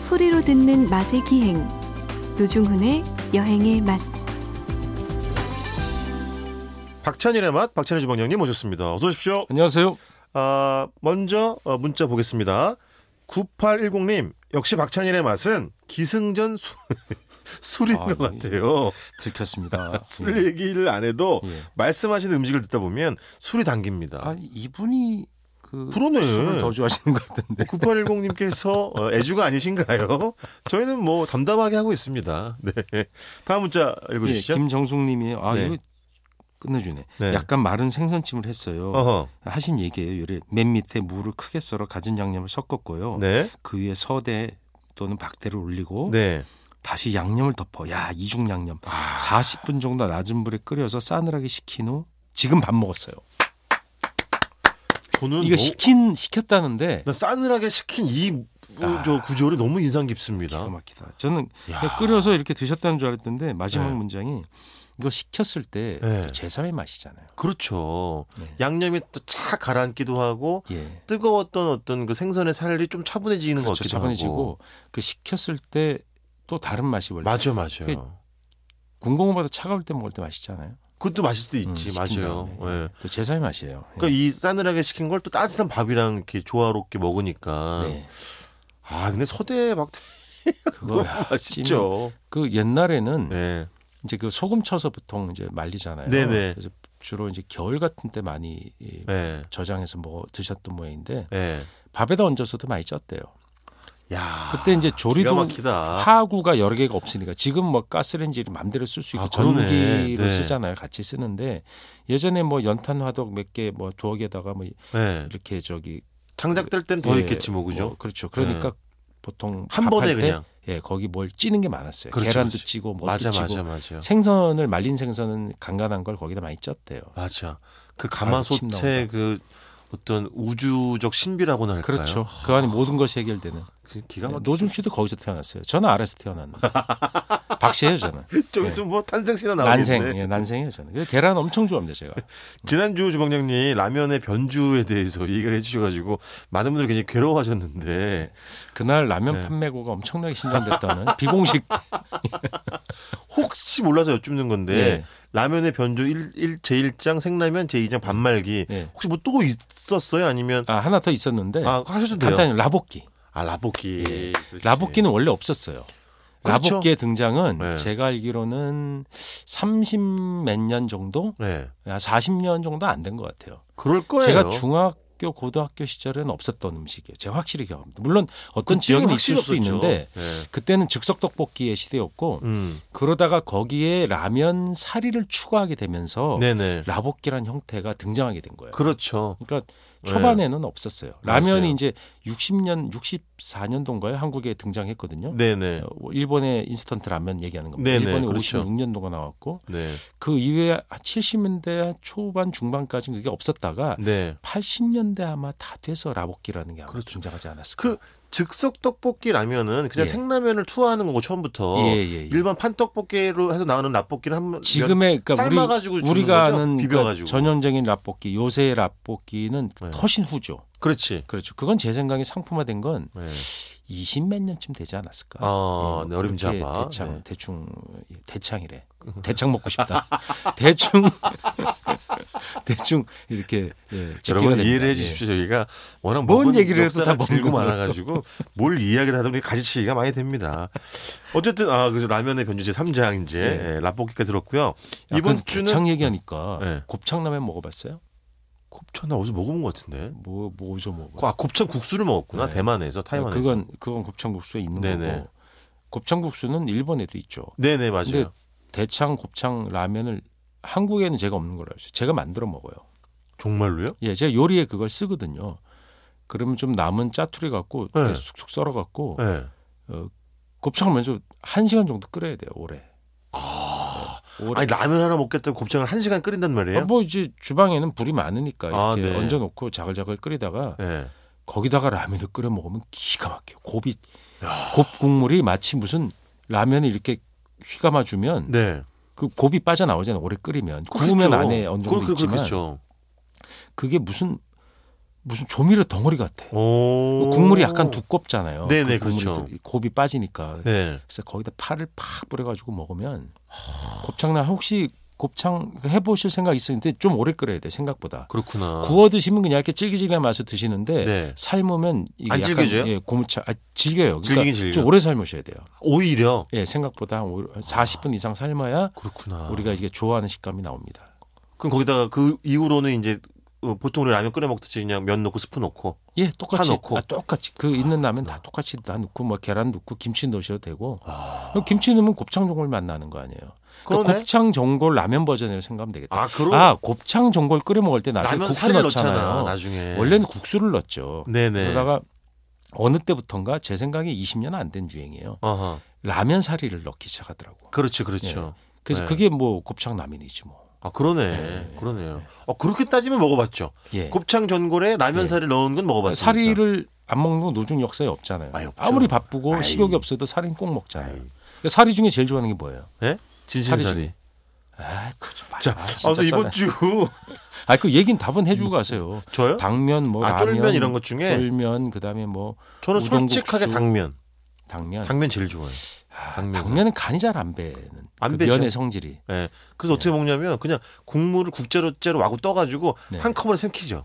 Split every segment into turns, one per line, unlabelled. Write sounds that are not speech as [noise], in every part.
소리로 듣는 맛의 기행 노중훈의 여행의 맛
박찬일의 맛, 박찬일 주방장님 모셨습니다. 어서 오십시오.
안녕하세요.
아, 먼저 어, 문자 보겠습니다. 9810님, 역시 박찬일의 맛은 기승전 수, [laughs] 술인
아,
것
예.
같아요.
들켰습니다.
술 얘기를 안 해도
예.
말씀하시는 음식을 듣다 보면 술이 당깁니다.
아 이분이 그
그러네.
술을 더 좋아하시는 것 같은데.
9810님께서 어, 애주가 아니신가요? 저희는 뭐 담담하게 하고 있습니다. 네. 다음 문자
예,
읽어주시죠.
김정숙님이 아
네.
이거 끝내주네.
네.
약간 마른 생선찜을 했어요.
어허.
하신 얘기예요. 요래 맨 밑에 무를 크게 썰어 가진 양념을 섞었고요.
네.
그 위에 서대 또는 박대를 올리고
네.
다시 양념을 덮어. 야 이중 양념. 40분 정도 낮은 불에 끓여서 싸늘하게 식힌 후 지금 밥 먹었어요.
저는 뭐-
이거 식힌 식혔다는데
난 싸늘하게 식힌 이
아.
저 구조를 너무 인상 깊습니다.
기가 막히다. 저는
야.
그냥 끓여서 이렇게 드셨다는 줄 알았는데 마지막
네.
문장이 이거 식혔을 때
네.
또 제3의 맛이잖아요.
그렇죠.
네.
양념이 또 착 가라앉기도 하고
예.
뜨거웠던 어떤 그 생선의 살이 좀 차분해지는 것
그렇죠.
같기도 하고.
차분해지고 그 식혔을 때 또 다른 맛이 원래
맞아, 맞아.
그게- 군고구마도 차가울 때 먹을 때 맛있잖아요.
그것도 맛있을 수 있지,
음, 식힌
맞아요.
다음에.
예.
또 제3의 맛이에요. 예.
그러니까 이 싸늘하게 식힌 걸 또 따뜻한 밥이랑 이렇게 조화롭게 먹으니까.
네.
아, 근데 서대 막
그거
[laughs] 맛있죠.
그 옛날에는
아. 네.
이제 그 소금 쳐서 보통 이제 말리잖아요.
네네.
그래서 주로 이제 겨울 같은 때 많이 이
네.
저장해서 뭐 드셨던 모양인데
네.
밥에다 얹어서도 많이 쪘대요.
야.
그때 이제
기가
조리도
막히다.
화구가 여러 개가 없으니까 지금 뭐 가스레인지를 마음대로 쓸 수 있고
아, 그러네.
전기로
네.
쓰잖아요. 같이 쓰는데 예전에 뭐 연탄 화덕 몇 개 뭐 두어 개다가 뭐
네.
이렇게 저기
장작 뜰 땐 더
예,
있겠지 뭐 그죠? 네.
뭐 그렇죠. 그러니까 보통
한 번에
밥할 때
그냥.
예, 거기 뭘 찌는 게 많았어요.
그렇죠,
계란도
그렇죠.
찌고 뭐도
맞아
찌고
맞아 맞아.
생선을 말린 생선은 간간한 걸 거기다 많이 쪘대요.
맞아. 그
침
가마솥의
나온다.
그 어떤 우주적 신비라고나 할까요?
그렇죠. 그 안에 모든 것이 해결되는.
그 기가
예,
막히죠.
노중 씨도 거기서 태어났어요. 저는 알아서
[laughs]
태어났는데. 박씨예요 저는.
좀 있으면 뭐 탄생시나 나오겠네.
난생, 예, 난생이에요 저는. 그래서 계란 엄청 좋아합니다 제가.
지난주 주방장님이 라면의 변주에 대해서 [laughs] 얘기를 해주셔가지고 많은 분들이 굉장히 괴로워하셨는데
그날 라면
네.
판매고가 엄청나게 신장됐다는 [laughs] 비공식
혹시 몰라서 여쭙는 건데
네.
라면의 변주 일, 일, 제1장 생라면 제2장 반말기
네.
혹시 뭐 또 있었어요? 아니면
아, 하나 더 있었는데
아 하셔도 돼요.
간단히 라볶이.
아 라볶이. 그렇지.
라볶이는 원래 없었어요.
그렇죠.
라볶이의 등장은
네.
제가 알기로는 30 몇 년 정도,
네.
40년 정도 안 된 것 같아요.
그럴 거예요.
제가 중학교 고등학교 시절에는 없었던 음식이에요. 제가 확실히 경험합니다. 물론 어떤 지역은 있을 수도 있는데
네.
그때는 즉석 떡볶이의 시대였고
음.
그러다가 거기에 라면 사리를 추가하게 되면서
네네.
라볶이란 형태가 등장하게 된 거예요.
그렇죠.
그러니까 초반에는 없었어요. 라면이
맞아요.
이제 60년, 64년도인가요? 한국에 등장했거든요.
네네.
어, 일본의 인스턴트 라면 얘기하는 겁니다.
네네,
일본에
그렇죠.
56년도가 나왔고
네.
그 이후에 70년대 초반 중반까지는 그게 없었다가
네.
80년대 아마 다 돼서 라볶이라는 게 아마
그렇죠.
등장하지 않았을까.
그 즉석 떡볶이 라면은 그냥
예.
생라면을 투하하는 거고 처음부터
예, 예, 예.
일반 판떡볶이로 해서 나오는 라볶이를 한번
지금의 그러니까 우리
삶아가지고 주는
우리가
거죠?
아는
비벼가지고.
그러니까 전형적인 라볶이 요새의 라볶이는
네.
훨씬 후죠.
그렇지.
그렇죠. 그건 제 생각에 상품화된 건
네.
20 몇 년쯤 되지 않았을까? 예, 뭐
아, 네, 어림잡아.
그렇게 대창,
네.
대충 예, 대창이래. 대창 먹고 싶다. [laughs] 대충 대충 이렇게 예, 집계가
여러분
됩니다.
이해를
예.
해주십시오. 저희가 워낙
뭔
먹은
얘기를 해도
역사가
다 먹는
길고
걸로.
많아가지고 뭘 이야기를 하다 보니 가지치기가 많이 됩니다. 어쨌든 아 그래서 라면의 변주제 3장 이제
네.
예, 라볶이까지 들었고요.
야,
이번
그
주는
대창 얘기하니까
네.
곱창라면 먹어봤어요?
곱창 나 어디서 먹어본 것 같은데.
뭐 뭐죠 먹어?
아 곱창 국수를 먹었구나
네.
대만에서 타이완에서.
그건 그건 곱창국수에 있는
네네.
거고 곱창국수는 일본에도 있죠.
네네 맞아요.
근데 대창 곱창 라면을 한국에는 제가 없는 걸로 알고 있어요. 제가 만들어 먹어요.
정말로요?
예, 제가 요리에 그걸 쓰거든요. 그러면 좀 남은 짜투리 갖고 이렇게
네.
쑥쑥 썰어 갖고
네.
어, 곱창을 먼저 한 시간 정도 끓여야 돼요. 오래. 네, 오래.
아니 라면 하나 먹겠다고 곱창을 한 시간 끓인단 말이에요?
아, 뭐 이제 주방에는 불이 많으니까
아,
이렇게
네.
얹어놓고 자글자글 끓이다가
네.
거기다가 라면을 끓여 먹으면 기가 막혀요. 곱이 곱 국물이 마치 무슨 라면을 이렇게 휘감아 주면
네. 그렇죠.
그 곱이 빠져 나오잖아요. 오래 끓이면 구우면 안에 어느 정도
그렇- 그렇-
있지만
그렇죠.
그게 무슨 무슨 조미료 덩어리 같아.
오.
뭐 국물이 약간 두껍잖아요.
네네,
그 국물이
그렇죠.
이 곱이 빠지니까.
네.
그래서 거기다 파를 팍 뿌려가지고 먹으면 곱창나 혹시 곱창 해보실 생각 있었는데 좀 오래 끓여야 돼 생각보다.
그렇구나.
구워 드시면 그냥 이렇게 질기질기한 맛을 드시는데
아. 네.
삶으면 이게
안
약간
질겨져요?
예, 고무차 아, 질겨요.
질기긴
그러니까
질겨요. 아.
좀 오래 삶으셔야 돼요.
오히려
예, 생각보다 한 오- 한 40분 이상 삶아야
그렇구나.
우리가 이게 좋아하는 식감이 나옵니다.
그럼 거기다가 그 이후로는 이제 어, 보통 우리 라면 끓여 먹듯이 그냥 면 넣고 스프 넣고
예, 똑같이
파 넣고?
아, 똑같이 그 있는 라면 다 똑같이 다 넣고 뭐 계란 넣고 김치 넣으셔도 되고 그럼 김치 넣으면 곱창 전골 맛 나는 거 아니에요? 그러니까
아. 그러네.
곱창 전골 라면 버전으로 생각하면 되겠다.
아, 그럼
아, 곱창 전골 끓여 먹을 때 나중에
라면
국수
살을
넣잖아요.
넣잖아요. 나중에
원래는 국수를 넣죠.
네네.
그러다가 어느 때부턴가 제 생각에 20년 안 된 유행이에요.
어허.
라면 사리를 넣기 시작하더라고.
그렇죠, 그렇죠.
그래서
네.
그게 뭐 곱창 라면이지 뭐.
아 그러네, 그러네요. 어 그렇게 따지면 먹어봤죠.
예.
곱창 전골에 라면
예. 사리를
사리를 넣은 건 먹어봤어요.
사리를 안 먹는 건 노중 역사에 없잖아요.
아이, 없죠.
무리 바쁘고
아이.
식욕이 없어도 사리는 꼭 먹잖아요. 그러니까 사리 중에 제일 좋아하는 게 뭐예요?
진신사리.
사리 중에. 아, 그러지 마.
자,
아,
아,
진짜
그래서
싸네.
이번 주
아, 그 얘긴 답은 해주고 가세요.
저요?
당면 뭐
아,
라면,
쫄면 이런 것 중에
쫄면 그다음에 뭐
[laughs] 저는
우동국수. 네.
솔직하게 당면.
당면.
당면 제일 좋아해요.
아,
당면은.
당면은 간이 잘 안 배는.
안
그
배죠.
면의 성질이.
예.
네.
그래서 어떻게 먹냐면 그냥 국물을 국자로째로 와구 떠가지고
네.
한꺼번에 삼키죠.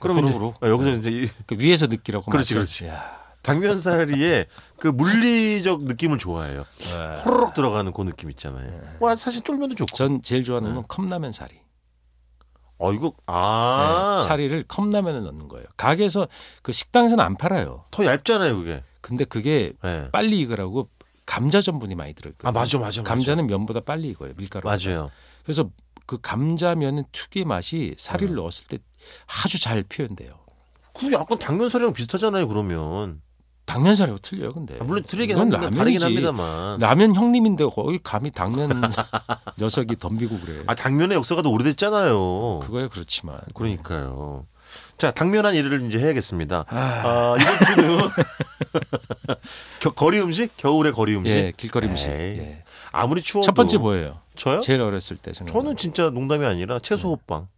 그러면 이제-
후루룩.
어, 여기서 이제 [laughs] 이
그 위에서 느끼라고.
그렇지,
맛을. 야,
당면 사리의 그 물리적 느낌을 좋아해요.
와.
호로록 들어가는 그 느낌 있잖아요.
네.
와 사실 쫄면도 좋고.
전 제일
네.
좋아하는 건 컵라면 사리.
어 이거 아
네, 사리를 컵라면에 넣는 거예요. 가게에서 그 식당에서는 안 팔아요.
더 얇잖아요 그게.
근데 그게
예.
빨리 익으라고 감자 전분이 많이 들어있거든요.
아 맞아 맞아. 맞아.
감자는 면보다 빨리 익어요. 밀가루.
맞아요.
그래서 그 감자면은 특유의 맛이 사리를
음.
넣었을 때 아주 잘 표현돼요.
그 약간 당면 사리랑 비슷하잖아요 그러면.
당면 사리가 틀려요, 근데.
아, 물론 틀리긴
이건
합니다. 다르긴
라면이지.
합니다만.
라면 형님인데 거기 감히 당면 [laughs] 녀석이 덤비고 그래.
아 당면의 역사가 더 오래됐잖아요.
그거야 그렇지만.
그러니까요. 자, 당면한 일을 이제 해야겠습니다.
아,
아, 이번 주는 [laughs] 겨- 거리 음식, 겨울의 거리 음식.
예, 길거리 음식.
에이.
예.
아무리 추워도
첫 번째 뭐예요?
저요?
제일 네. 어렸을 때 생각.
저는 진짜 농담이 아니라 채소 호빵.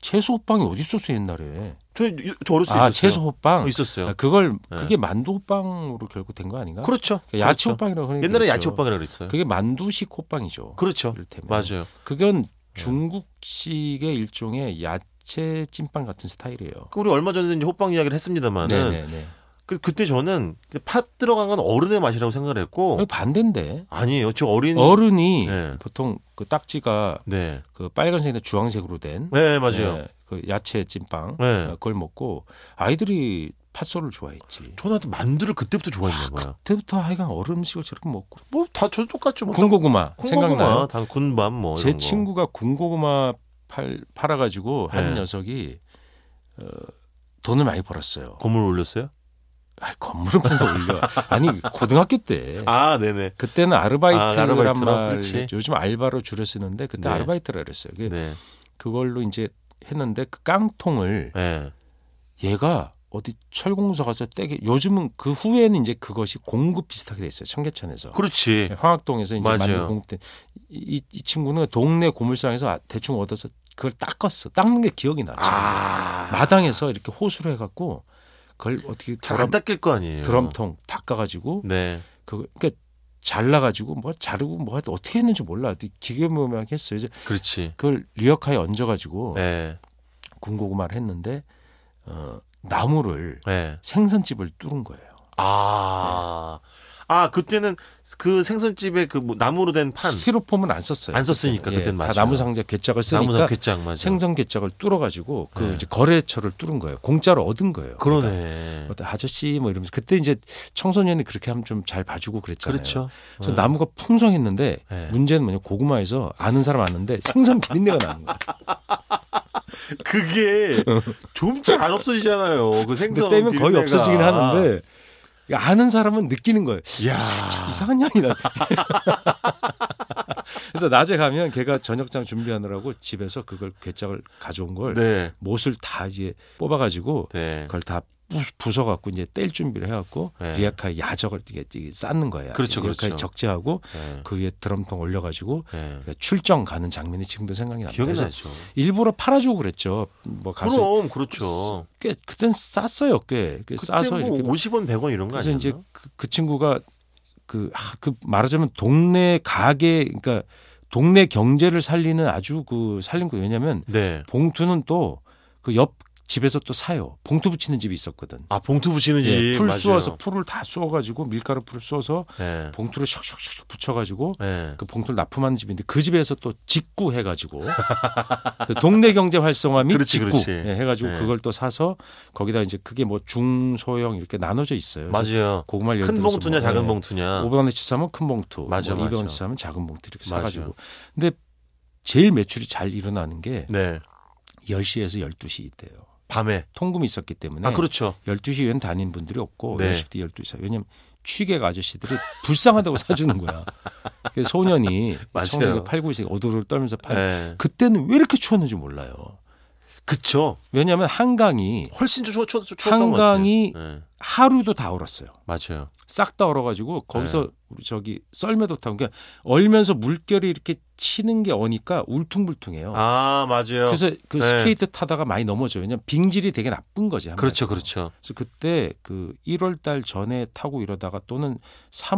채소 호빵이 어디 있었어 옛날에.
저, 저 어렸을 때
아
있었어요.
채소 호빵.
어, 있었어요.
아, 그걸
네.
그게 만두 호빵으로 결국 된 거 아닌가?
그렇죠.
그러니까 야채
그렇죠.
호빵이라고 하는 게
옛날에
그렇죠.
야채 호빵이라고 그랬어요.
그게 만두식 호빵이죠.
그렇죠.
이를테면.
맞아요. 네.
그건 중국식의 일종의 야채 찐빵 같은 스타일이에요.
그 우리 얼마 전에 이제 호빵 이야기를 했습니다만은
네네네.
그, 그때 저는 팥 들어간 건 어른의 맛이라고 생각을 했고
거의 반대인데
아니에요. 저 어린
어른이
네.
보통 그 딱지가
네.
그 빨간색이나 주황색으로 된
네, 맞아요.
예, 그 야채 찐빵
네.
어, 그걸 먹고 아이들이 팥소를 좋아했지.
저는 하여튼 만두를 그때부터 좋아했나 봐요.
그때부터 하여간 얼음 음식을 저렇게 먹고
뭐 다 저도 똑같죠. 뭐
군고구마 생각나요?
당 군밤 뭐
제
이런 거.
친구가 군고구마 팔, 팔아가지고 한
네.
녀석이 어, 돈을 많이 벌었어요.
건물 올렸어요?
아, 건물은 못 올려. [laughs] 아니 고등학교 때
아, 네네.
그때는
아,
아르바이트란
아르바이트로?
말
그렇지.
요즘 알바로 줄여 쓰는데 그때
네.
아르바이트라 그랬어요. 그-
네.
그걸로 이제 했는데 그 깡통을
네.
얘가 어디 철공사 가서 떼게 요즘은 그 후에는 이제 그것이 공급 비슷하게 돼 있어요. 청계천에서.
그렇지.
황학동에서 예, 이제
맞아요.
만두 공급된 이, 이 친구는 동네 고물상에서 아- 대충 얻어서 그걸 닦았어. 닦는 게 기억이 나. 지금.
아.
마당에서 이렇게 호수로 해갖고 그걸 어떻게
잘안
드럼,
닦일 거 아니에요.
드럼통 닦아가지고
네.
그 그러니까 잘라가지고 뭐 자르고 뭐 하여튼 어떻게 했는지 몰라. 기계무막 했어요. 이제
그렇지.
그걸 리어카에 얹어가지고
네.
군고구마를 했는데 어, 나무를
네.
생선집을 뚫은 거예요.
아. 아, 그때는 그 생선집에 그뭐 나무로 된 판.
스티로폼은 안 썼어요. 예,
안 썼으니까 그땐
다
맞아요.
나무 상자 괴짝을 쓰니까
나무상 괴짝 맞아.
생선 괴짝을 뚫어가지고 그
네.
이제 거래처를 뚫은 거예요. 공짜로 얻은 거예요. 그러니까
그러네.
어떤 아저씨 뭐 이러면서 그때 이제 청소년이 그렇게 하면 좀 잘 봐주고 그랬잖아요. [laughs]
그렇죠.
그래서
어.
나무가 풍성했는데
네.
문제는 뭐냐 고구마에서 아는 사람 아는데 생선 비린내가 나는 거예요.
그게 점차 안 없어지잖아요. 그
근데
생선
떼면 거의
비린내가.
없어지긴 하는데 아는 사람은 느끼는 거예요.
이야.
살짝 이상한 향이 나. [laughs] 그래서 낮에 가면 걔가 저녁장 준비하느라고 집에서 그걸 괴짝을 가져온 걸
네.
못을 다 이제 뽑아가지고
네.
그걸 다 부숴 갖고 이제 뗄 준비를 해 갖고
네.
리아카에 야적을 이게 이게 쌓는 거예요.
그렇죠,
리아카에
그렇죠.
적재하고
네.
그 위에 드럼통 올려 가지고 그러니까
네.
출정 가는 장면이 지금도 생각이 납니다.
기억이
그래서
나죠.
일부러 팔아주고 그랬죠. 뭐 가서
그럼 그렇죠.
꽤 그땐 쌌어요. 꽤, 꽤 싸서
그때 뭐
이렇게
50원 100원 이런 거
그래서
아니에요?
이제 그, 그 친구가 그, 아, 그 말하자면 동네 가게 그러니까 동네 경제를 살리는 아주 그 살린 거 왜냐면
네.
봉투는 또 그 옆 집에서 또 사요. 봉투 붙이는 집이 있었거든.
아 봉투 붙이는
예,
집
풀
맞아요.
쑤어서 풀을 다 쑤어가지고 밀가루 풀을 쑤어서
네.
봉투를 슉슉슉 붙여가지고
네.
그 봉투를 납품하는 집인데 그 집에서 또 직구 해가지고 [laughs] 그 동네 경제 활성화 및
그렇지,
직구
그렇지.
예, 해가지고
예.
그걸 또 사서 거기다 이제 그게 뭐 중소형 이렇게 나눠져 있어요. 그래서 네.
맞아요.
고구마 를
큰 봉투냐 작은 봉투냐.
500원어치 사면 큰 봉투,
맞아,
뭐
맞아.
200원어치 사면 작은 봉투 이렇게
맞아.
사가지고. 근데 제일 매출이 잘 일어나는 게
네.
10시에서 12시 이때요.
밤에.
통금이 있었기 때문에
아 그렇죠.
12시 이후엔 다닌 분들이 없고
네.
10시 12시 사이. 왜냐면 취객 아저씨들이 불쌍하다고 [laughs] 사주는 거야. 그 소년이
맞아요.
청소기 팔고 있으니까 어두를 떨면서 팔.
네.
그때는 왜 이렇게 추웠는지 몰라요.
그쵸.
왜냐하면 한강이
훨씬 추워 추워 추워.
한강이-
네.
하루도 다 얼었어요.
맞아요.
싹 다 얼어가지고 거기서
네.
우리 저기 썰매도 타고 그러니까 얼면서 물결이 이렇게 치는 게 어니까 울퉁불퉁해요.
아 맞아요.
그래서 그
네.
스케이트 타다가 많이 넘어져요. 왜냐면 빙질이 되게 나쁜 거지. 한마디로.
그렇죠, 그렇죠.
그래서 그때 그 1월 달 전에 타고 이러다가 또는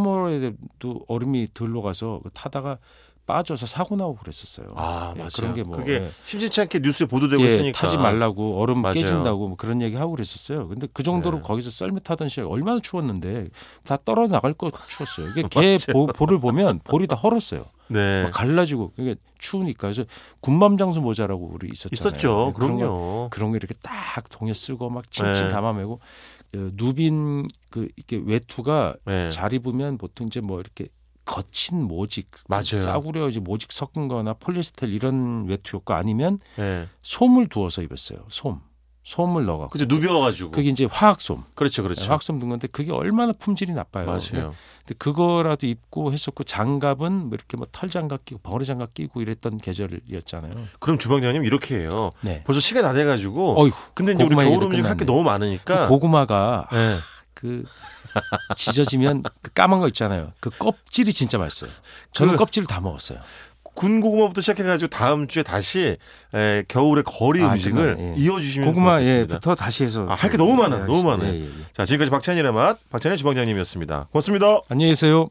3월에도 얼음이 들러 가서 그 타다가 빠져서 사고 나고 그랬었어요.
아
예,
맞아요.
그런 게 뭐.
그게
예.
심심치 않게 뉴스에 보도되고
예,
있으니까
타지 말라고 얼음
맞아요.
깨진다고 뭐 그런 얘기 하고 그랬었어요. 근데 그 정도로
네.
거기서 썰매 타던 시절 얼마나 추웠는데 다 떨어 나갈 거 추웠어요. 이게 개 보, 볼을 보면 볼이 다 헐었어요.
네.
막 갈라지고 이게 추우니까 그래서 군밤 장수 모자라고 우리 있었잖아요.
있었죠.
예, 그런 거
그럼요.
그런 거 이렇게 딱 동에 쓰고 막 칭칭
네.
감아매고 어, 누빈 그 이렇게 외투가
네.
잘 입으면 보통 이제 뭐 이렇게 거친 모직
맞아요.
싸구려 이제 모직 섞은거나 폴리에스텔 이런 외투였고 아니면
네.
솜을 두어서 입었어요. 솜 솜을 넣어갖고
그죠 누벼가지고.
그게 이제 화학솜 네,
그렇죠, 그렇죠.
화학솜 든 건데 그게 얼마나 품질이 나빠요. 네.
맞아요.
근데 그거라도 입고 했었고 장갑은 뭐 이렇게 뭐 털 장갑 끼고 벙어리 장갑 끼고 이랬던 계절이었잖아요.
그럼 주방장님 이렇게 해요.
네.
벌써 시간 다 돼가지고.
어이구
근데 이제 우리
고구마
겨울
얘기도
음식 할 게
끝났네.
너무 많으니까.
그 고구마가
네.
그 지져지면 그 까만 거 있잖아요. 그 껍질이 진짜 맛있어요. 저는
그-
껍질을 다 먹었어요.
군 고구마부터 시작해가지고 다음 주에 다시 에, 겨울의 거리
아,
음식을
그만, 예.
이어주시면
고구마
고맙겠습니다.
예부터 다시 해서
아, 할게 너무 많아요.
네,
너무
알겠습니다.
많아요.
예, 예, 예.
자 지금까지 박찬일의 맛 박찬일 주방장님이었습니다. 고맙습니다.
안녕히 계세요.